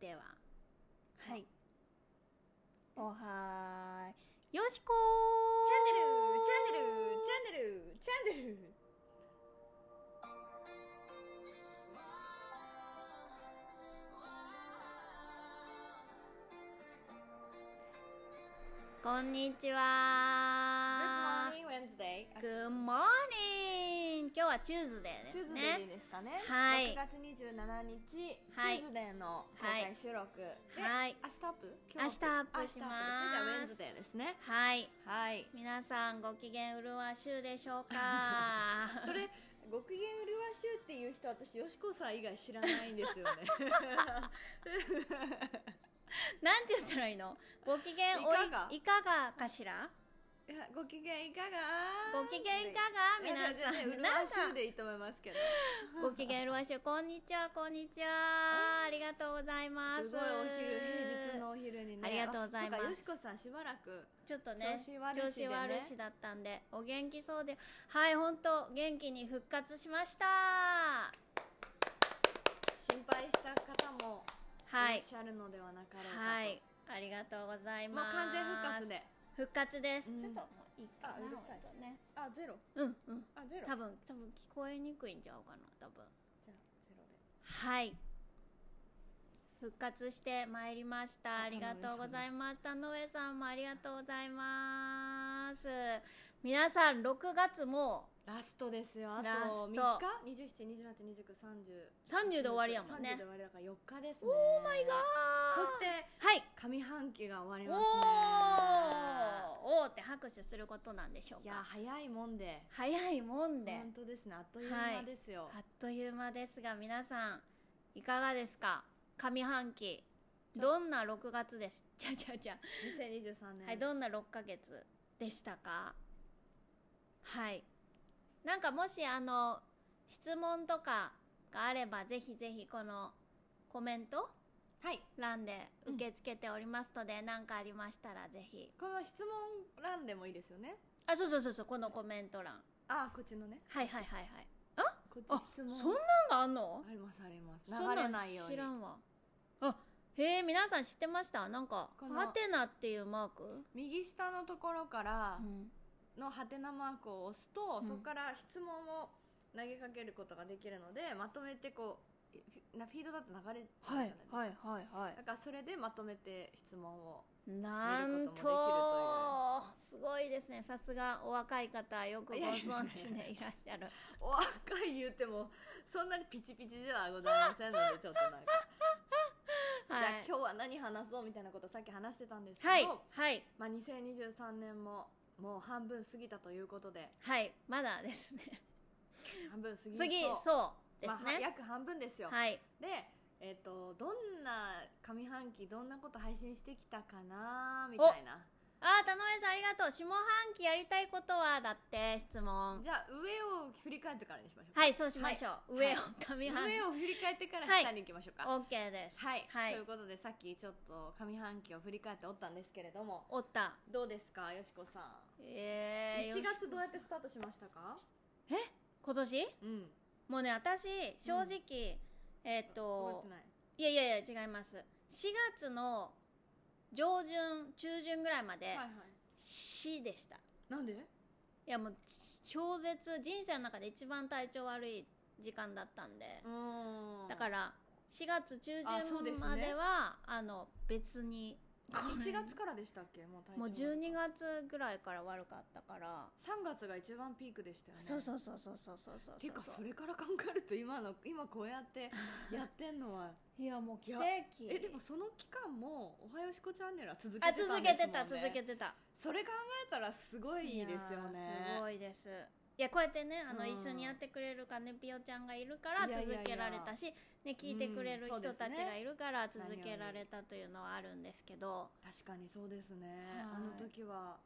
でははいおはーいよしこーチャンネルチャンネルチャンネルチャンネルこんにちは Good morning Wednesday Good morning 今日はチューズデーチでュすーズねデーですかねはい6月27日、はいチューズデーの公開収録で、はい明日アップ明日アップします明日アップですねじゃあウェンズデーですねはいはい皆さんご機嫌うるわしゅうでしょうか それご機嫌うるわしゅうっていう人私よしこさん以外知らないんですよね なんて言ったらいいのご機嫌おいかがいかがかしらいやご機嫌いかがご機嫌いかがいや皆さん全然うるわなんしゅうかでいいと思いますけどご機嫌うるわしゅうこんにちはこんにちはありがとうございますすごいお昼平日のお昼にねありがとうございますあそうかよしこさんしばらくちょっとね調子悪しでね調子悪しだったんでお元気そうではい本当元気に復活しました心配した方もはいらいっしゃるのではなかろうかと、はいありがとうございもうます完全復活で復活です、うんちょっともういいかなあうるさいほんとねあゼロうんうんあゼロ多分多分聞こえにくいんちゃうかな多分じゃあゼロではい復活してまいりましたあありがとうございます田上さんもありがとうございます皆さん6月もラストですよあラストと3日27、28、29、30 30で終わりやもんね30で終わりだから4日ですねオーマイガーそしてはい上半期が終わりおますねーおーって拍手することなんでしょういやか早いもんで早いもんで、本当ですねあっという間ですよ、あっという間ですが皆さんいかがですか上半期ちょどんな6月です じゃじゃじゃ2023年、はい、どんな6ヶ月でしたかはい。なんかもしあの、質問とかがあれば、ぜひぜひこのコメントはい欄で受け付けておりますので、何、かありましたらぜひ。この質問欄でもいいですよねあ、そうそうそうそう、このコメント欄。あこっちのねはいはいはいはい。こっあち質問そんなんがあんのありますありますそん流れないよう知にらんわ。あ、へえ、皆さん知ってましたなんか、このハテナっていうマーク右下のところからうん。のハテナマークを押すと、うんそこから質問を投げかけることができるのでまとめてこうフィなフィードだと流れちゃうじゃないですか、いはいはいだからそれでまとめて質問をなん見ることもとすごいですねさすがお若い方よくご存知でいらっしゃるお若い言うてもそんなにピチピチではございませんのでちょっとなんか、 はいじゃあ今日は何話そうみたいなことさっき話してたんですけど、はいはいまあ、2023年ももう半分過ぎたということではいまだですね半分過ぎ次そうそうでまあすね約半分ですよ、はいで、えっとどんな上半期どんなこと配信してきたかなみたいなあー田上さんありがとう下半期やりたいことはだって質問じゃあ上を振り返ってからにしましょうはいそうしましょう、は上をい上半期上を振り返ってからはい下に行きましょうか OK ですはい、はいということでさっきちょっと上半期を振り返っておったんですけれどもおったどうですかよしこさん、えー、 1月どうやってよしスタートしましたか今年うんもうね私正直、えーっ、と覚えてないいやいやいや違います4月の上旬中旬ぐらいまではいはい死でした、い、なんでやもう超絶人生の中で一番体調悪い時間だったんで、うんだから4月中あそうです旬まねではあの別にあ1月からでしたっけもう体調もう12月ぐらいから悪かったから、 3月が一番ピークでしたよねそうそうそうそうそうそうそうてうかそれから考えると今の今こうや ってやってんのはいやもう奇跡いえでもその期間も「おはよしこチャンネル」は続けてたあんですも続ん、ね、けてた続けてたそれ考えたらすごいですよいやーすごねいですいやこうやってねあの、うん一緒にやってくれるカネピオちゃんがいるからいやい続やいやけられたしね、聞いてくれるうんそう人ですたねちがいるから続何よけりられたというのはあるんですけど確かにそうですね、はいあの時は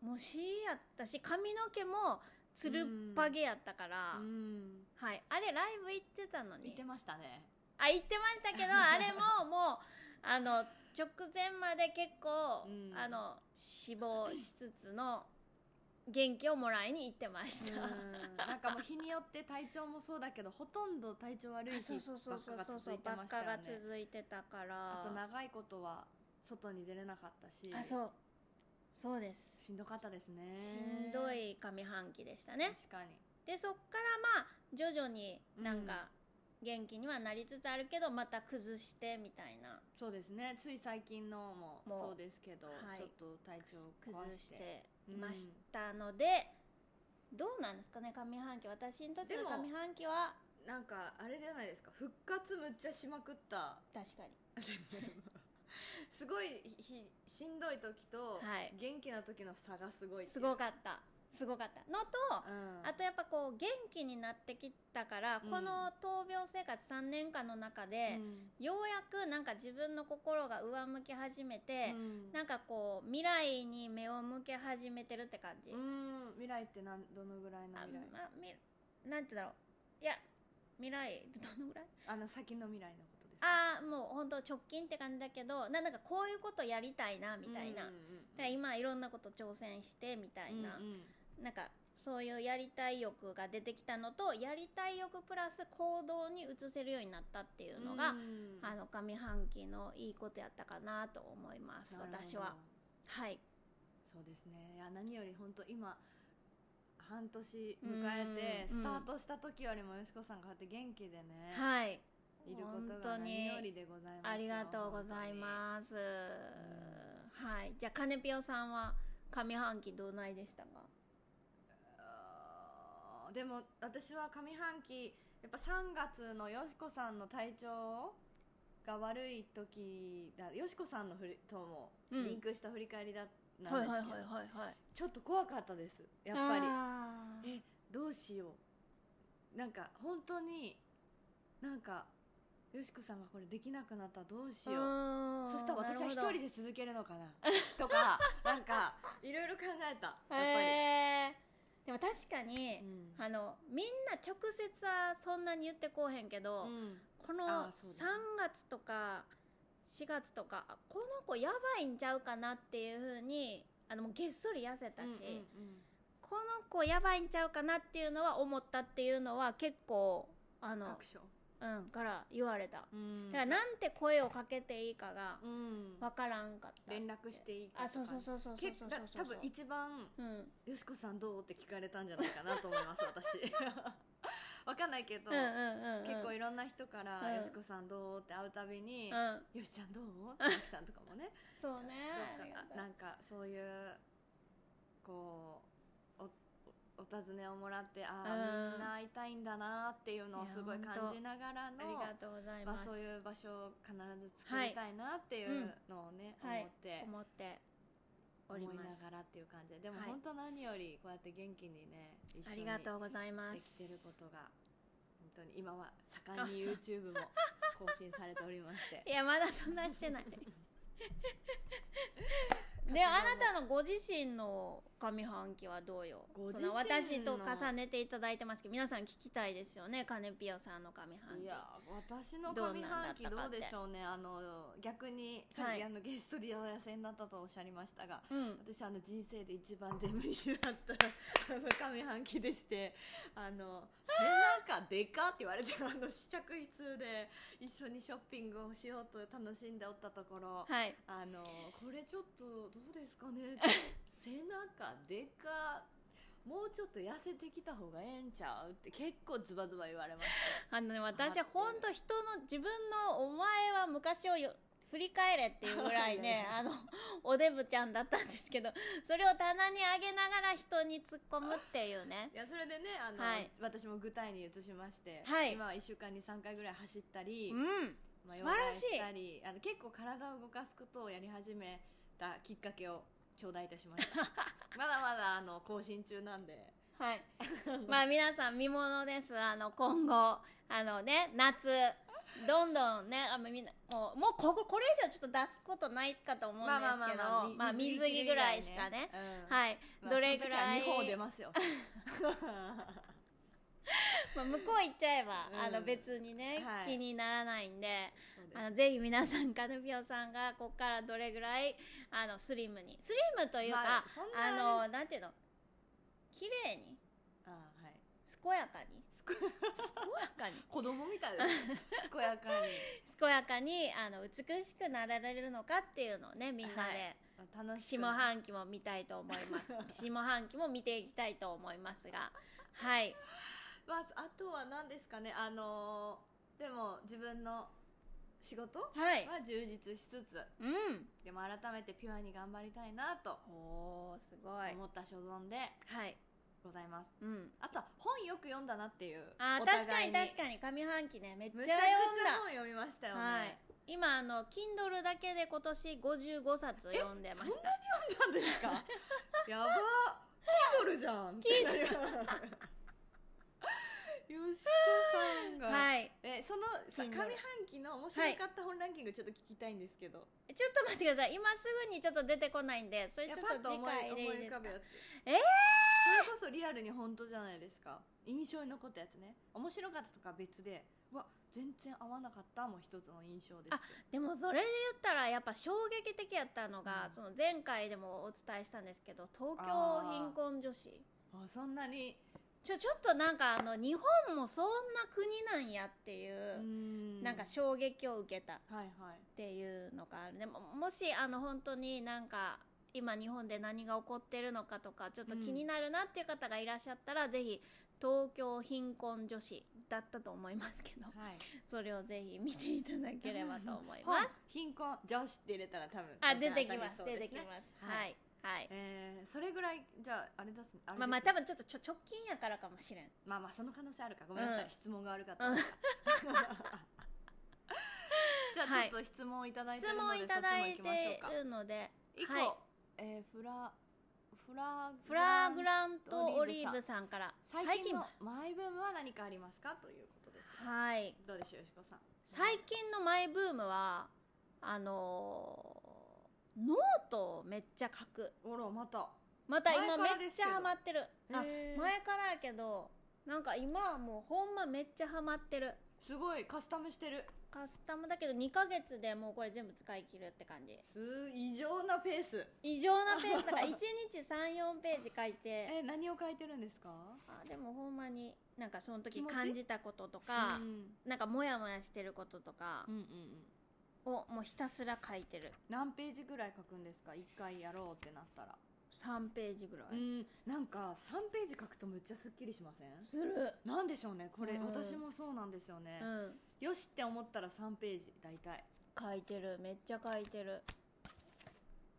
もうしやったし髪の毛もつるっぱげやったから、うんはい、あれライブ行ってたのにいてましたねあ行ってましたけ どあれももうあの直前まで結構、うんあの死亡しつつの元気をもらいに行ってましう た。んなんかもう日によって体調もそうだけどほとんど体調悪い日そうそうばそうそうっかがそう続いてばまっしたかよがね続いてたからあと長いことは外に出れなかったしあそうそうですしんどかったですねしんどい上半期でしたね確かにでそっからまあ徐々になんか元気にはなりつつあるけどまた崩してみたいなそうですねつい最近のももうそうですけど、はいちょっと体調を壊崩ししててましたので、どうなんですかね上半期私にとってのでも上半期はなんかあれじゃないですか復活むっちゃしまくった確かにすごいひしんどい時と、はい元気な時の差がすごいってすいうごかったすごかったのと、うん、あとやっぱこう元気になってきたから、うんこの闘病生活3年間の中で、ようやくなんか自分の心が上向き始めて、うんなんかこう未来に目を向け始めてるって感じ、うん未来ってなんどのぐらいのあ未来まあみなんて言うんだろういや未来どのぐらいあの先の未来のことですかああもう本当直近って感じだけどななんかこういうことやりたいなみたいな、うんうんうんで今いろんなこと挑戦してみたいな、うんうんなんかそういうやりたい欲が出てきたのとやりたい欲プラス行動に移せるようになったっていうのが、うんあの上半期のいいことやったかなと思いますなるほど私ははいそうですねいや何より本当今半年迎えてうんスタートした時よりもよしこさんがこうやって元気でね、はいいることが本当に何よりでございますありがとうございます。はい、じゃあカネピオさんは上半期どうないでしたか。すでも私は上半期やっぱ3月のよしこさんの体調が悪い時だよしこさんのふりともうんリンクした振り返りだったんはでいすけはいど、はいはいはい。ちょっと怖かったですやっぱりり。えどうしようなんか本当になんかよしこさんがこれできなくなったらどうしよううそしたら私は一人で。で続けるのかなとかなんかいろいろ考えたやっぱり、えーでも確かに、うんあのみんな直接はそんなに言ってこうへんけど、うんこの3あーそうだね月とか4月とかあこの子やばいんちゃうかなっていうふうにあのもうげっそり痩せたし。うんうんこの子やばいんちゃうかなっていうのは思ったっていうのは結構あうんの各所うんから言われた、うんだからなんて声をかけていいかがうんわからんかった、連絡していいかあそうそううそうそうそう結そう構そう多分一番うんよしこさんどうって聞かれたんじゃないかなと思います私 わかんないけど、うんうんうん結構いいろんな人から、うんよしこさんどうって会うたびに、うんよしち ゃんどうってゆきさんとかもねそうねどうありがかとなうなんかそういうこうおおお尋ねをもらってあうんあみんな会いたいんだなっていうのをいやすごい感じながらありのがとうございまあますそういう場所を必ず作りたいなっていうのをね、はい思って思ってお思いりなますがらっていう感じででもはい本当何よりこうやって元気にね一あ緒りにがとうございまですきてることが本当に今は盛んに YouTube も更新されており ましていやまだそんなして ないであなたのご自身の上半期はどうよごそ自身のの私と重ねていただいてますけど皆さん聞きたいですよねカネピオさんの上半期いや私のどうな上んだ半期ったどかっうてでしょうねあの逆にさはっいきあのゲストでお痩せになったとおっしゃりましたがうん私あの人生で一番デブになった あの上半期でしてあの背中でかって言われてあの試着室で一緒にショッピングをしようと楽しんでおったところ、はいあのこれちょっとどうですかね 背中でかもうちょっと痩せてきた方がええんちゃうって結構ズバズバ言われましあのね私は本当人の自分のお前は昔をよ振り返れっていうぐらい ねあのおデブちゃんだったんですけどそれを棚に上げながら人に突っ込むっていうねたいやそれでねあの、はい私も具体に移しまして、はい今は1週間に3回ぐらい走ったり、うんまあ素晴らしいヨガしたりあの結構体を動かすことをやり始めたきっかけを頂戴いたしました まだまだあの更新中なんではい。 まあ皆さん見ものです。あの今後あのね夏どんどんねあのみんなもうもうこここれ以上ちょっと出すことないかと思うんですけど、まあ水着ぐらいしかね。、うんはい、まあどれぐらい、その時は二本出ますよまあ、向こう行っちゃえば、うんあの別にね、はい気にならないんでそうですあのぜひ皆さんカ ヌピオさんがここからどれぐらいあのスリムにスリムというか、まあそんなあのなんていうの綺麗にあーはい健やか にすこ健やかに子供みたいですね健や かに健やかにあの美しくなられるのかっていうのをねみんなはで、楽しく下半期も見たいと思います 下半期も見ていきたいと思いますがはいまあ、あとは何ですかねあのーでも自分の仕事ははい充実しつつうんでも改めてピュアに頑張りたいなとおーすごい思った所存ではいございますうんあとは本よく読んだなっていうあーお確か互いに確かに上半期ねめっちゃむ読んちゃくちゃだ本読みましたよね、はい今あの Kindle だけで今年55冊読んでましたそんなに読んだんですか やば Kindle じゃん Kindle よしこさんが、はいえそのさ Kindle 上半期の面白かった本ランキングちょっと聞きたいんですけど、ちょっと待ってください今すぐにちょっと出てこないんでそれいちょやっとパッと次思い回でいいで思い浮すかかぶやつえーそれこそリアルに本当じゃないですか印象に残ったやつね面白かったとか別でうわ全然合わなかったも一つの印象ですけでもそれで言ったらやっぱ衝撃的やったのが、うんその前回でもお伝えしたんですけど東京あー貧困女子どあそんなにちょちょっとなんかあの日本もそんな国なんやっていうう、んなんか衝撃を受けたっはいはいていうのがあるでももしあの本当になんか今日本で何が起こってるのかとかちょっと気になるなっていう方がいらっしゃったら、ぜひ東京貧困女子だったと思いますけどはい それをぜひ見ていただければと思います貧困女子って入れたら多分あ出てきますそう出ですねてきますははいはいえーそれぐらいじゃああれですねあれですねまあまあ多分ちょっとちょ直近やからかもしれんまあまあその可能性あるかごめんなさい、うん質問が悪か ったからじゃあちょっと質問をいただい て質るの問で、いただいそっちも行きましょうてかるので一個、はいえーフラフラフラグンラントオリーブさんから最近のマイブームは何かありますかということですね、はいどうでしょうよしこさん最近のマイブームはあのーノートをめっちゃ書くおらまたまた今めっ前からでちすけゃどハマってるあへー前からやけどなんか今はもうほんまめっちゃハマってるすごいカスタムしてるカスタムだけど2ヶ月でもうこれ全部使い切るって感じす異常なペース異常なペースだから1日34ページ書いてえ何を書いてるんですかあでもほんまになんかその気時持ち感じたこととかうん、なんかモヤモヤしてることとかうんうんうんをもうひたすら書いてる何ページぐらい書くんですか一回やろうってなったら、 3ページぐらい、うんなんか3ページ書くとむっちゃすっきりしませんするなんでしょうねこれ、うん私もそうなんですよねう、んよしって思ったら3ページ大体書いてるめっちゃ書いてる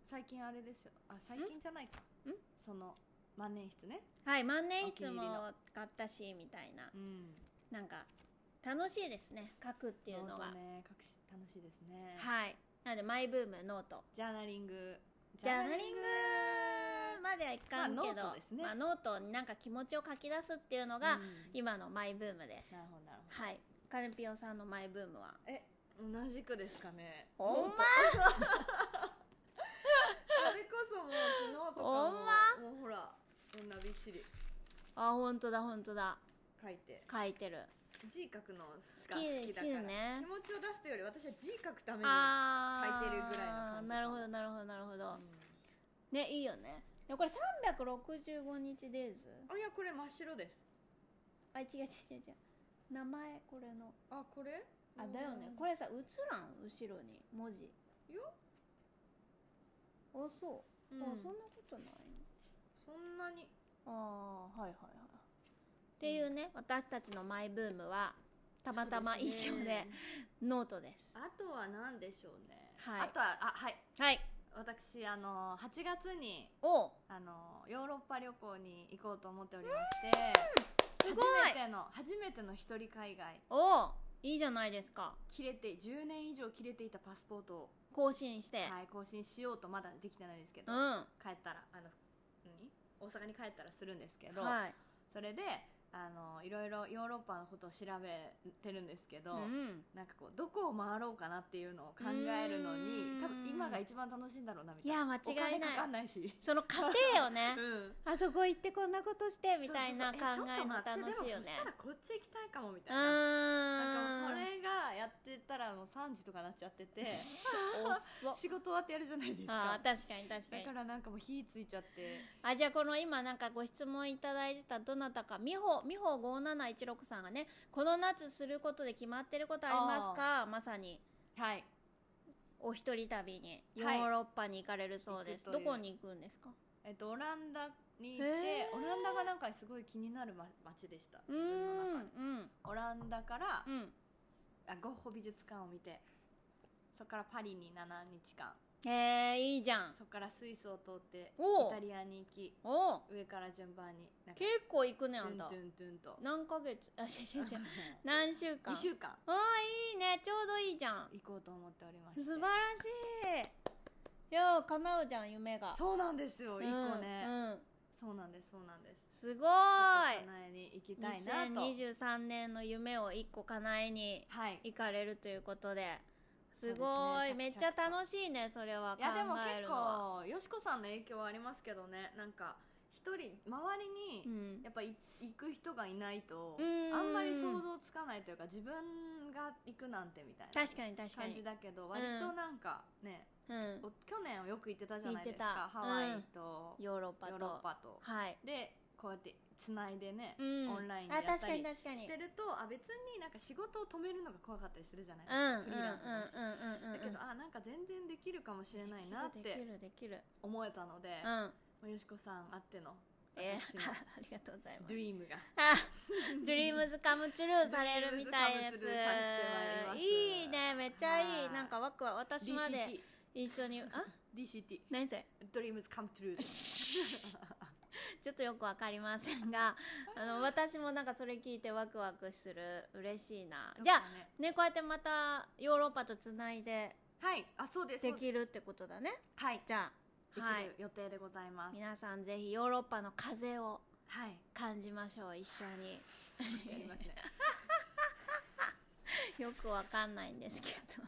最近あれですよあ最近じゃないかんその万年筆ねはい万年筆お気に入りもの買ったしみたいなうんなんか楽しいですね書くっていうのが、ね隠し楽しいですねはいなのでマイブームノートジャーナリングジャーナリングまではいかんけど、まあノートですねまあノートになんか気持ちを書き出すっていうのジャーがナリングうん今のマイブームです、なるほどなるほはいカルピオさんのマイブームはどえ同じくですかねほんまそれこそもう昨日とかほもんまもうほら女びっしりあ本当だ本当だ書いて書いてる字書くのが好き好きだから好きね気持ちを出すというより私は字書くためにあー書いてるぐらいな感じかなるもほどなるほどなるほどうん、ねいいよねでもこれ365日デイズあいやこれ真っ白ですあ違う違う違う違う名前これのあこれあだよねうんこれさ映らん後ろに文字いやあそう、うんあそんなことないそんなにああはいはいはいっていうね、私たちのマイブームはたまたま一緒そうですねノートですあとは何でしょうね、はいあとはあはいはい私あの8月におうあのヨーロッパ旅行に行こうと思っておりましてすごい初めての初めての一人海外おういいじゃないですか切れて10年以上切れていたパスポートを、更新して、はい、更新しようとまだできてないんですけうど、ん帰ったらあの何大阪に帰ったらするんですけど、はいそれであのいろいろヨーロッパのことを調べてるんですけど、うんなんかこうどこを回ろうかなっていうのを考えるのうんに多分今が一番楽しいんだろうなみいたいなや間違いお金かかない んないし、その過程をねうん、あそこ行ってこんなことしてみたいな考そうそうそうえの楽しいよねえちょっと待ってでもそしたらこっち行きたいかもみうたいな,、なんかもうそーんれがやってたらもう3時とかなっちゃってて仕 遅っ事終わってやるじゃないですあかー確かに確かだにからなんかもう火ついちゃってあじゃあこの今なんかご質問いただいてたどなたか美穂美穂5716さんがねこの夏することで決まってることありますかまさにはいお一人旅にヨはいーロッパに行かれるそうです、行くといどうこに行くんですかえっと、オランダに行って、へーオランダがなんかすごい気になるま街でしたう自ーん分の中でうんオランダから、うんあゴッホ美術館を見てそこからパリに7日間えー、いいじゃんそこからスイスを通っておうイタリアに行きおう上から順番になんか結構行くねトあゥんンたトゥントゥンと何ヶ月あ違う違う違う何週間2週間あーいいねちょうどいいじゃん行こうと思っておりまして素晴らしいいやー叶うじゃん夢がそうなんですよ、う一ん個ね、うんそうなんですそうなんですすごちょーっいと叶えに行きたいなと2023年の夢を一個叶えにはい行かれるということですごいそうですねめっちゃ楽しいねそれはい考やでもえるのは結構よしこさんの影響はありますけどねなんか一人周うりにんやっぱい行く人がいないとうんあんまり想像つかないというか自分が行くなんてみたいな確かに確か感にじだけど割となんかねうんお去年はよく行ってたじゃないです行っかてたハワうんイとヨーヨロッパーとロッパとはいでこうやってつないでねうオんンラインでやあっ確かにたり確かにしてるとあ別になんか仕事を止めるのが怖かったりするじゃないうんうんうんうんうんうんフリーランスだしだけどあなんか全然できるかもしれないなっできてるできる思えたので、うんまあよしこさんあってのえー私 のありがとうございますドリームがあ、ドリームズカムチュルーされるみたいですドリームズカムチュルーさしてまいりますいいね、めっちゃい。はいいなんかワクワク、私まで一緒に、あ DCT 何それ Dreams Come True ちょっとよくわかりませんが、あの、私もなんかそれ聞いてワクワクする。嬉しいな。じゃあ、ね、こうやってまたヨーロッパとつないであはいあそうですでそうできするってことだね。はいじゃあ、はでいき。る予定でございます皆さんぜひヨーロッパの風をはい感じましょう、一緒に。やりますね よくわかんないんですけど。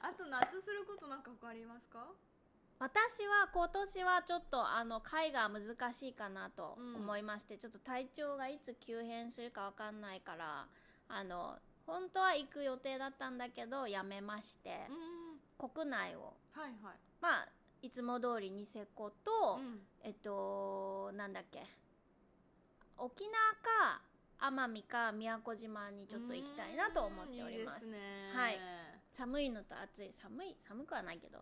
あと夏することなんか他ありますか私は今年はちょっとあの海が難しいかなと思いまして、ちょっと体調がいつ急変するかわかんないからあの本当は行く予定だったんだけどやめましてう、ん国内をはいはいまあいつも通りニセコと、うんえっとなんだっけ沖縄か奄美か宮古島にちょっと行きたいなと思っておりますうんいいですねはい寒いのと暑い寒い寒くはないけど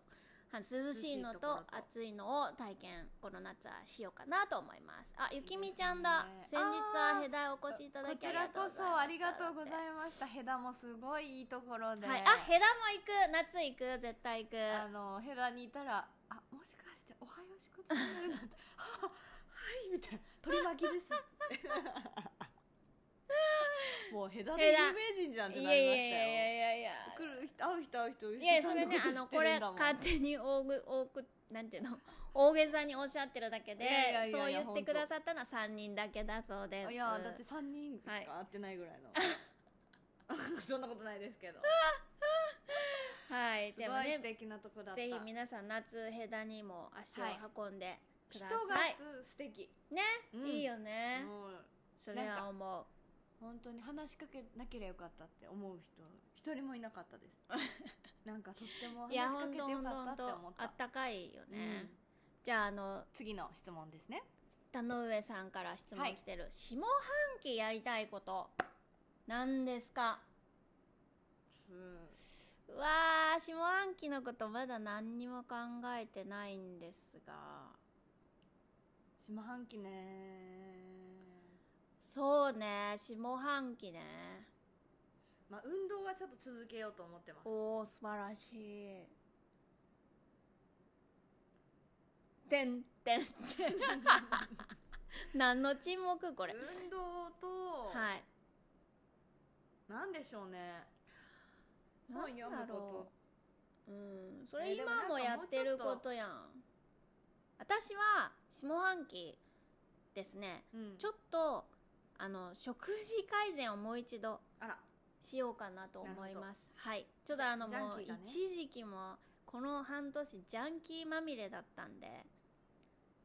あの涼しいの涼しいとことろと暑いのを体験この夏はしようかなと思いますあゆきみちゃんだいいです先ね日はあーヘダお越しいただこきちらこそありがとうござまいましたヘダもすごいいいところではい、あヘダも行く夏行く絶対行くあのヘダにいたら「あもしかしておはよしこちゃんになるなん てはあはい」みたいな「取り巻きです」もうヘダのヘダ有名人じゃんっていなやいりやいましやたよいやいや来る人会う人会う人いやいやそれねあのこれ勝っ手に大ぐ大くなんていうの大げさにおっしゃってるだけでいやいやいやいそう言やっほんてとくださったのは3人だけだそうですいやだって3人しか会ってないぐら いの、そんなことないですけどはいすでもごいね素敵なとこだったぜひ皆さん夏ヘダにも足を運んでくだ人さい、がす素敵ね、うんいいよね、もうそれは思う本当に話しかけなければよかったって思う人一人もいなかったです なんかとってもいや話しか本けて当よ本当か本ったって当思っあたったかいよね、うんじゃああの次の質問ですね田上さんから質問はい来てる、下半期やりたいこと何ですかうわー下半期のことまだ何にも考えてないんですが下半期ねそうね下半期ねまあ運動はちょっと続けようと思ってます おお素晴らしいてんてんてん 何の沈黙これ運動と、はいなんでしょうね本読むなんだころとううんそれえでもなん今かもやってることやん私は下半期ですねうんちょっとあの食事改善をもう一度あらしようかなと思いますはいちょっじとゃあのジャンもうキーだね一時期もこの半年ジャンキーまみれだったんで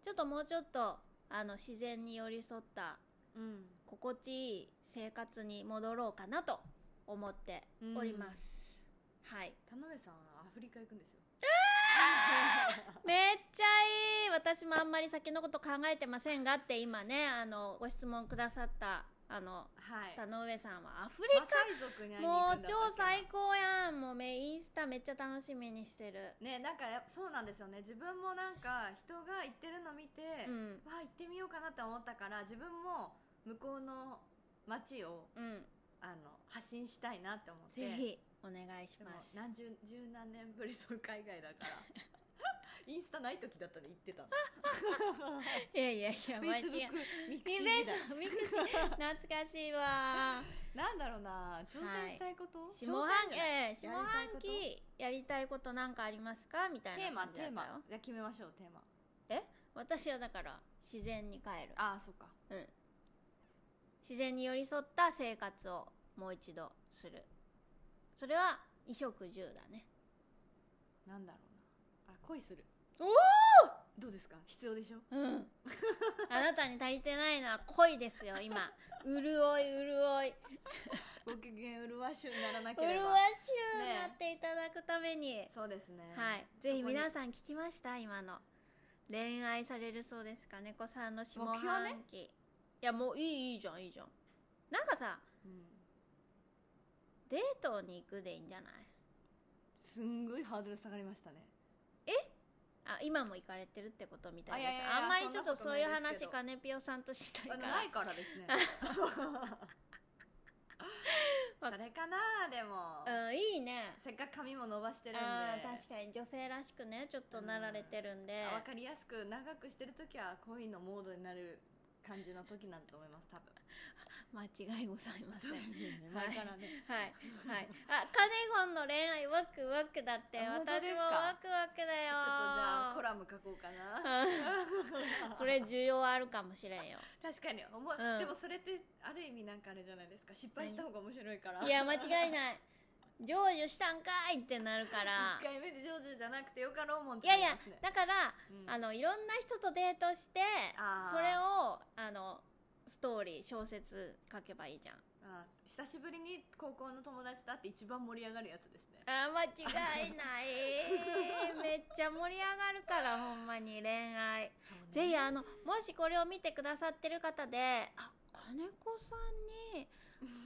ちょっともうちょっとあの自然に寄り添ったうん心地いい生活に戻ろうかなと思っております、はい田上さんアフリカ行くんですよめっちゃいい私もあんまり先のこと考えてませんがって今ねあのご質問くださったあの はい田上さんはアフリマカサイ族に会いにも行うんくだったっけ超な最高やんもうめインスタめっちゃ楽しみにしてるねなんかやそうなんですよね自分もなんか人が行ってるの見て、うんわあ行ってみようかなって思ったから自分も向こうの街をうんあの発信したいなって思ってぜひお願いしでもます何十十何年ぶりの海外だから インスタない時だったら行ってたの いやいやいやフ間ェ違イスブックミクミシクーシ時代ーミクシー懐かしいわなんだろうな挑戦したいこと、下半挑戦期じゃないええ下半期やりたいことなんかありますかみたいテーなマ感じテだっーたマよじゃあ決めましょうテーマ私はだから自然に帰るああそっか自然に寄り添った生活をもう一度するそれは衣食住だねなんだろうなあ恋するおどうですか必要でしょうんあなたに足りてないのは恋ですよ今潤い潤いご機嫌うるわしゅうにならなけ麗しゅればうになっていただくために、そうですねはいぜひ皆ささん聞きました今の恋愛されるそうですか猫さんの下半目標ね期、いやもういいいいじゃんいいじゃんなんかさん、うんデートに行くでいいんじゃないすんごいハードル下がりましたねあ今も行かれてるってことみたいですあいやいやいやあんまりちょっとそそうんなことないいう話ですけどカネピオさんとしたいあかならいからですねそれかなでも、うんいいねせっかく髪も伸ばしてるんであー確かに女性らしくねちょっとなられてるんで分かりやすく長くしてる時は恋のモードになる感じの時なんだと思います多分間違いございませ んはいすよねはい前からねはいあカネゴンの恋愛ワクワクだってあ本当私ですもかワクワクだちょっとじゃあコよラム書こうかなうんそれ需要あるかもしれん よ確かに思う、うんでもそれってある意味なんかあれじゃないですか失敗した方が面白いからいや間違いいない成就したんかいってなるから1回目で成就じゃなくてよかろうもんっいてやないりやますねだからうんあのいろんな人とデートしてあーそれをあのストーリー小説書けばいいじゃんあ久しぶりに高校の友達と会って一番盛り上がるやつですねあー間違いないめっちゃ盛り上がるからほんまに恋愛 ぜひあのもしこれを見てくださってる方であ金子さんに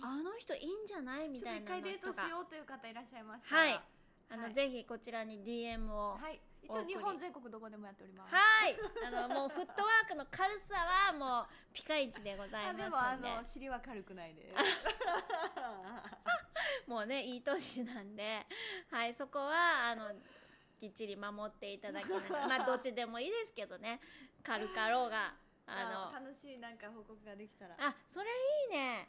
あの人いいんじゃないみちょたっとい一な回のデートとしかようという方いらっしゃいましたらはいあの、はいぜひこちらに DM をはい一お応送り日本全国どこでもやっておりますはい、 あのもうフットワークの軽さはもうピカイチでございまあすんででもあの尻は軽くないですもうねいい年なんで、はい、そこはあのきっちり守っていただきなが らまあどっちでもいいですけどね軽かろうがああの楽しいなんか報告ができたらあそれいいね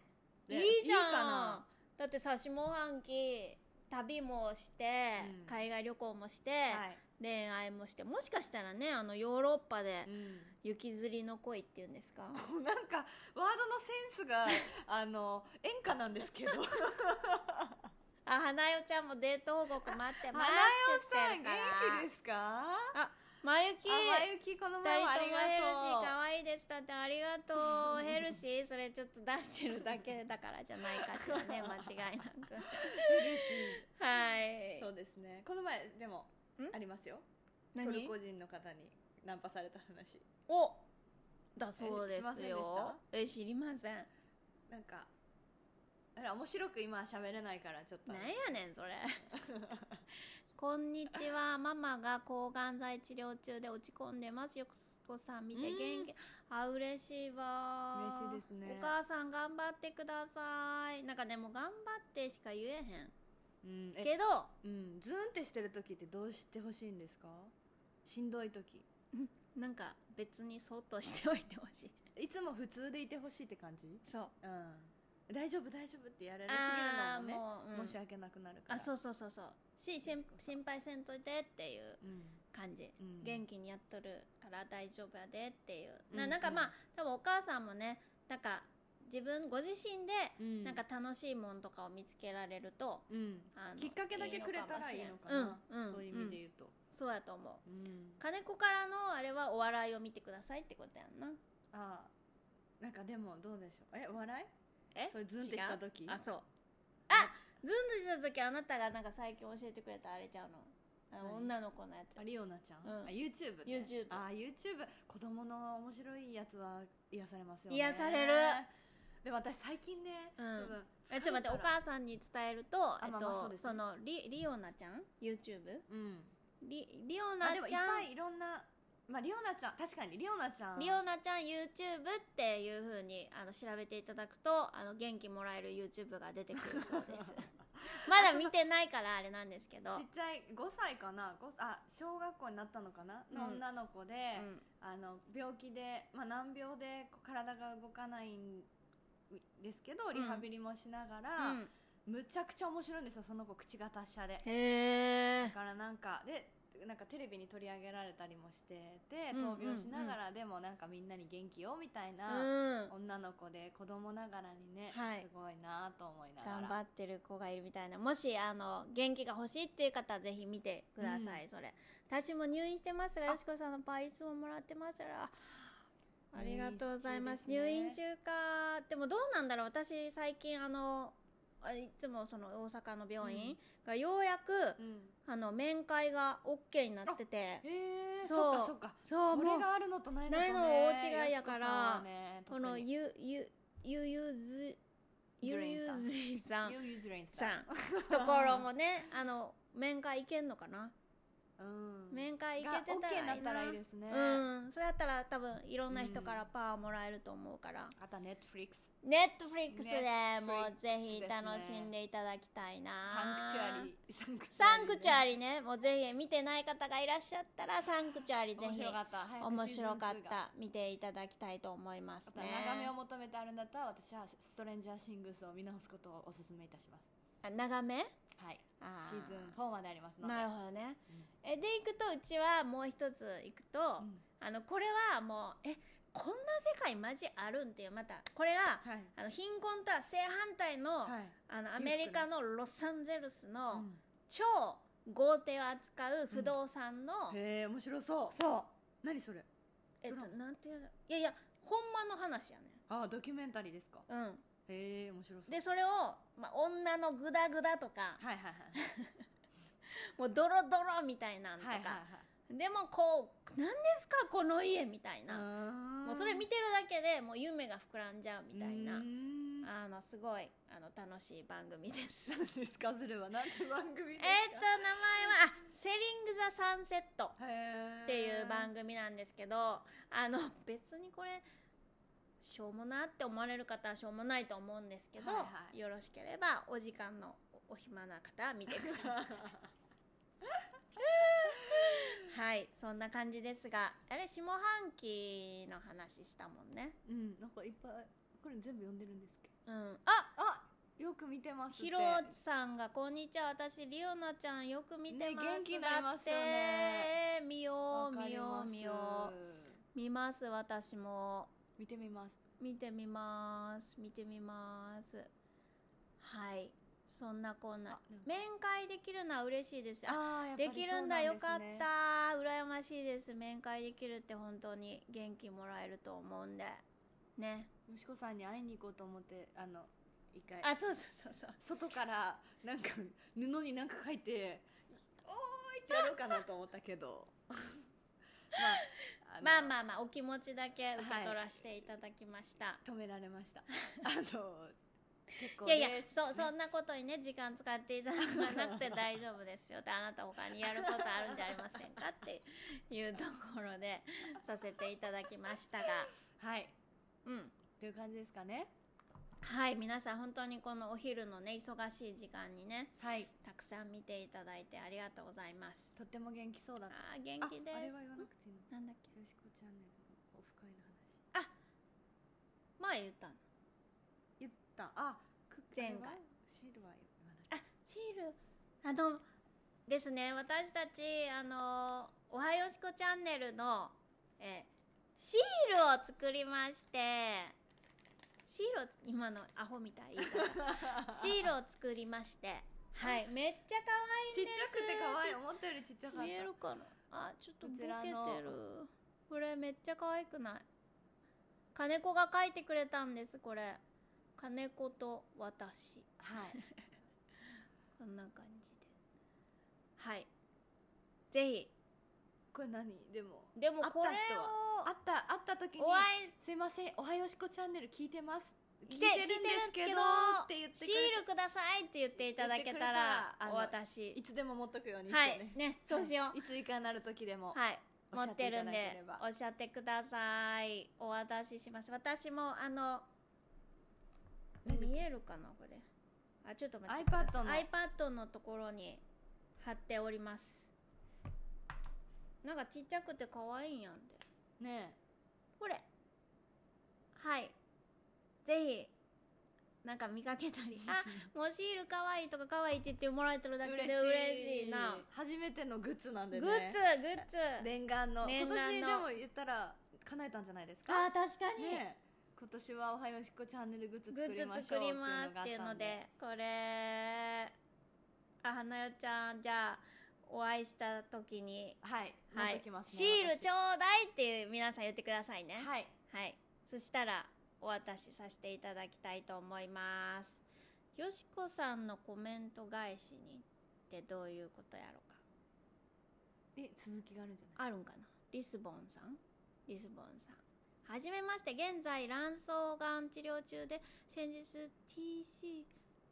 ねいいじゃんいいかなだってさ下半期旅もして、うん海外旅行もして、はい、恋愛もしてもしかしたらねあのヨーロッパでうん雪吊りの恋っていうんですかもうなんかワードのセンス があの演歌なんですけど 花代あ花代ちゃんもデート報告待ってますさって言ってんるから元気ですかまゆきあまゆきこの二人とも前もありがヘルシーとう可愛いですだってありがとう ヘルシーそれちょっと出してるだけだからじゃないかしら ね間違いなくヘルシはいーそうですねこの前でもんありますよト何ルコ人の方にナンパされた話おだそうでえしませすんでしたよえ知りませんなんかあら面白く今は喋れないからちょっとあなのんやねんそ れこんにちはママが抗がん剤治療中で落ち込んでますよこさん見て元気あ嬉しいわ嬉しいですねお母さん頑張ってくださいなんかでも頑張ってしか言えへうんんえけどうんズーンってしてる時ってどうしてほしいんですかしんどい時なんか別にそっとしておいてほしいいつも普通でいてほしいって感じそううん大丈夫大丈夫ってやられすあぎーるのもねもう、うん申し訳なくなるからあそうそうそうそうし心心配せんといてっていううん、感じうん元気にやっとるから大丈夫やでっていう、うんななんかうんまあ多分お母さんもねなんか自分ご自身でうんなんか楽しいもんとかを見つけられると、うんあのきっかけだけくれたらいいのかなうんうんそういう意味で言うと、そうやと思ううん金子からのあれはお笑いを見てくださいってことやんなあーなんかでもどうでしょうえ笑いえそれズンってした時違うあそうあズンとした時あなたがなんか最近教えてくれたあれちゃうのあの何女の子のやつあリオナちゃん、うんあ YouTube ね YouTube あ YouTube 子供の面白いやつは癒されますよね癒されるでも私最近ね、うん多分えちょっと待ってお母さんに伝えると、えっとまあまあそうですねそのリリオナちゃん YouTube うんリリオナあちでゃんもいっぱいいろんなまあリオナちゃん確かにリオナちゃんリオナちゃん YouTube っていうふうにあの調べていただくとあの元気もらえる YouTube が出てくるそう ですまだ見てないからあれなんですけど、うちっちゃい5歳かな5あ小学校になったのかな、のうん女の子で、ん、あの病気で、まあ、難病でこう体が動かないんですけどんリハビリもしながら、むちゃくちゃ面白いんですよその子口が達者でうん、へだからなんかでなんかテレビに取り上げられたりもしてでうん闘病しながら、でもなんかみんなに元気をみたいな、うん女の子で子供ながらにね、はいすごいなと思いながら頑張ってる子がいるみたいなもしあの元気が欲しいっていう方はぜひ見てください、それ私も入院してますがよしこさんのパイいつももらってますからありがとうございます入入院院中中かでもどうなんだろう私最近あのあいつもその大阪の病う院んがようやく、うんあの面会が OK になっててへえそうそっかそそうっかれもうがあるのとないのとないねの大違いやからよしこさんはねこの特にゆゆゆゆずゆゆずいさんゆうゆずれんささんんところもねあの面会行けんのかなうん面が会行けて OK にたならいっいなたらいいですね、うんそれやったら多分いろんな人からパワーもらえると思うから、あとは Netflix ネットフリックスで Netflix もうぜひですね楽しんでいただきたいなサンクチュアリーサンクチサンクチュアリリねもうぜひ見てない方がいらっしゃったらサンクチュアリぜ面ひ白かった早く面シーズン白かっ2がた見ていただきたいと思いますあとねは眺めを求めてあるんだったら私はストレンジャーシングスを見直すことをお勧めいたしますあ長めはいあシーズン4までありますのでなるほどね、えで行くとうちはもう一つ行くと、うんあのこれはもうえこんな世界マジあるんっていうまたこれがはいあの貧困とは正反対の,、はいあのアメリカのロサンゼルスうのん超豪邸を扱う不動産の、へえ面白そうそう何それえっとドラマなんていうのいやいやほんまの話やねあドキュメンタリーですかうんへえ面白そうでそれを、まあ、女のグダグダとかはいはいはいもうドロドロみたいなんとか、はいはいはいでもこう何ですかこの家みたいな、なもうそれ見ててるだけでもう夢が膨らんじゃうみたいなあのすごいあの楽しい番組です。えーっ何ですかそれはなんて番組でと名すか前はあ「セリング・ザ・サンセット」っっていう番組なんですけどあの別にこれしょうもなって思われる方はしょうもないと思うんですけど、はいはいよろしければお時間のお暇な方は見てく ださい。はいそんな感じですがあれ下半期の話したもんね。 うんなんかいっぱいこれ全部読んでるんですけうん、あどあよく見てますってひろさんが「こんにちは私リオナちゃんよく見てます」ね元気になりますよだっねて見よわうか見りよまうす見よう見ます私も見てみます見てみます見てみますはいそんなこんなあなんか面会できるのは嬉しいですああーやっぱりできるんだそうよなかんっですねた羨ましいです面会できるって本当に元気もらえると思うんでね息子さんに会いに行こうと思ってあの一回あそうそうそうそう外からなんか布になんか書いて「おーい!」ってやろうかなと思ったけど まあまあのまあまあお気持ちだけ受け取らせていただきました、止められました あの結構いやいやですそうねそんなことにね時間使っていただかなくて大丈夫ですよってあなた他にやることあるんじゃありませんかっていうところでさせていただきました がはいうんという感じですかねはい皆さん本当にこのお昼のね忙しい時間にねはいたくさん見ていただいてありがとうございますとっても元気そうだったあー元気でああれすは言わなくていいのなんだっけよしこチャンネルのオフ会の話前言ったの言ったあクッ前回あれはシールは言わないあシールあのですね私たちあの「おはよしこチャンネルの」えシールを作りましてシールを今のアホみた い言い方シールを作りましてはいめっちゃ可ちっちゃくて可愛い思ったよりちっちゃかった愛い見えるかなあちょっとボケてるこちらのこれめっちゃ可愛くない金子が描いてくれたんですこれ金子と私はいこんな感じではいぜひこれ何でもでも会ったこれ人をあった会った時にお会いすいませんおはよしこチャンネル聞いてますで聞いてるんですけどって言ってシくれてールくださいって言っていただけたら言ってくれたらあのお渡しいつでも持っとくようにしてはいね、ねそうしよいついかなる時でもうはいお持っしゃっってているたんだでければおっしゃってくださいお渡しします私もあの大丈夫見えるかなこれあちょっと待って iPad の iPad のところに貼っておりますなんかちっちゃくて可愛いんやんでねこれはいぜひなんか見かけたり あもうシール可愛いとか可愛いって言ってもらえてるだけで嬉しいな初めてのグッズなんグでッねズグッズ念願の念願の今年でも言ったら叶えたんじゃないですかあー確かに、ね 今年は「おはよしこチャンネル」グッズグ作ッりまズしょ作うっていりうのますがあっっていうたのんででこれあ花代ちゃんじゃあお会いした時に、はい持はっといきますシねール私ちょうだいっていう皆さん言ってくださいねはいはい、そしたらお渡しさせていただきたいと思いますよしこさんのコメント返しにってどういうことやろうえ続きがあるんじゃないかあるんかなリスボンさんリスボンさんはじめまして現在卵巣がん治療中で先日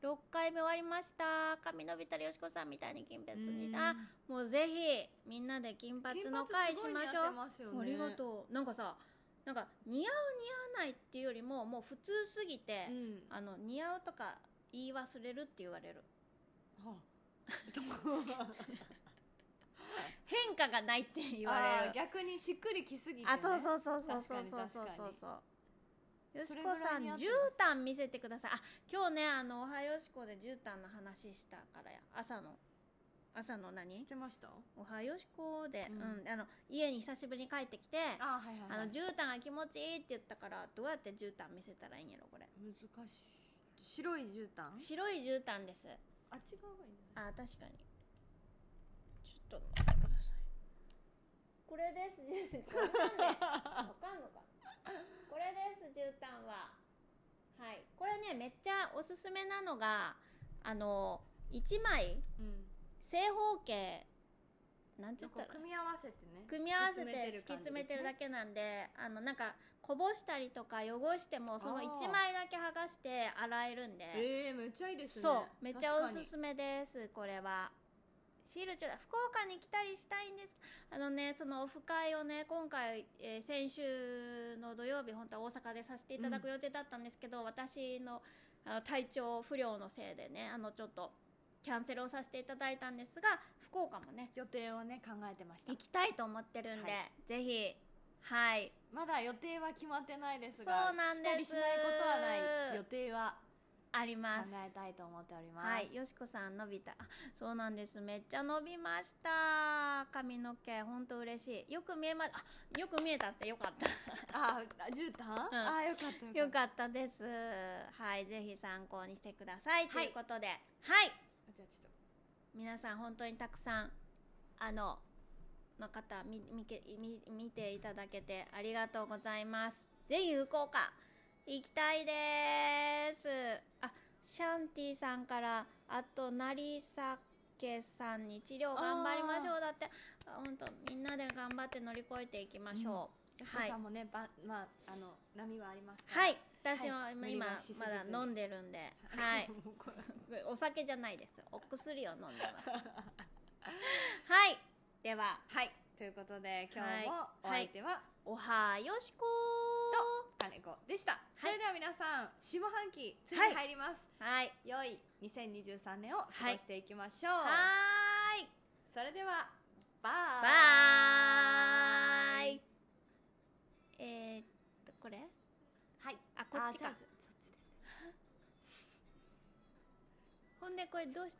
TC6 回目終わりました髪伸びたりよしこさんみたいに金髪にうんあもうぜひみんなで金髪の会しましょうありがとうなんかさなんか似合う似合わないっていうよりももう普通すぎて、う、うん、あの似合うとか言い忘れるって言われるは変化がないって 言言わわれれる逆にしっくりきすぎて、ね、あそううそうそうそうそう確そかうにそうそ確かうにそうよしそれぐこらいさんに絨合って毯見せてくださいあ今日ねあの「おはよしこ」で絨毯の話したからや朝の朝の何してました「おはよしこ」で、ううんんあの家に久しぶりに帰ってきてあはいはい、あはい、の絨毯が気持ちいいって言ったからどうやって絨毯見せたらいいんやろこれ難しい白い絨毯白い絨毯ですあっち側がいいんじゃないあ確かにちょっと待ってくださいこれです絨 毯わかんないわかんのかこれです絨毯ははいこれねめっちゃおすすめなのがあの1枚うん正方形なんて言なんったらか組み合わせてね組み合わせて敷き感じ詰めてるだですねけなんであのなんかこぼしたりとか汚してもその1あー枚だけ剥がして洗えるんで、ええー、めっちゃいいですねそうめっちゃおすめすめですこれはシールちょうだい福岡に来たりしたいんですあのねそのオフ会をね今回、えー先週の土曜日本当は大阪でさせていただく予定だったんですけど、私のあの体調不良のせいでねあのちょっとキャンセルをさせていただいたんですが福岡もね予定をね考えてました行きたいと思ってるんで、はぜひはいまだ予定は決まってないですががそうなんです来たりりししなないいここととははなないい予予定はあり考ますえたいと思っております、はい、よしこさん伸びた。あそうなんです。めっちゃ伸びました。髪の毛、ほんと嬉しい。よく見えま、あ、よく見えたってよか った。あ絨毯、ああよかったよよっかったです。はい、ぜひ参考にしてください。とはいいうことで、はい、たじゃあちょっ皆さん本当にたくさん、あの、の方見見け見見ていただけてありがとうございます。ぜひ福岡行きたいです。あ、シャンティさんからあと成けさんに治療頑張りましょうだって。あ本当みんなで頑張って乗り越えていきましょう。とよしこはいさんもね、ばまああの波はありますからはい。私もはい今,、無理はしすぎずまに。だ飲んでるんで、はい もうこれお酒じゃないです。お薬を飲んで ます。はい。では、はいということで今日もおはい相手はおはよしこ金子でした、それでは皆さん下半期ついに入ります、ーはい。良い2023年を過ごしていきましょう、はーい。それではババイーイ。えー、っと、これはいあこっちか あ違う違うそっちですねんでこれどうし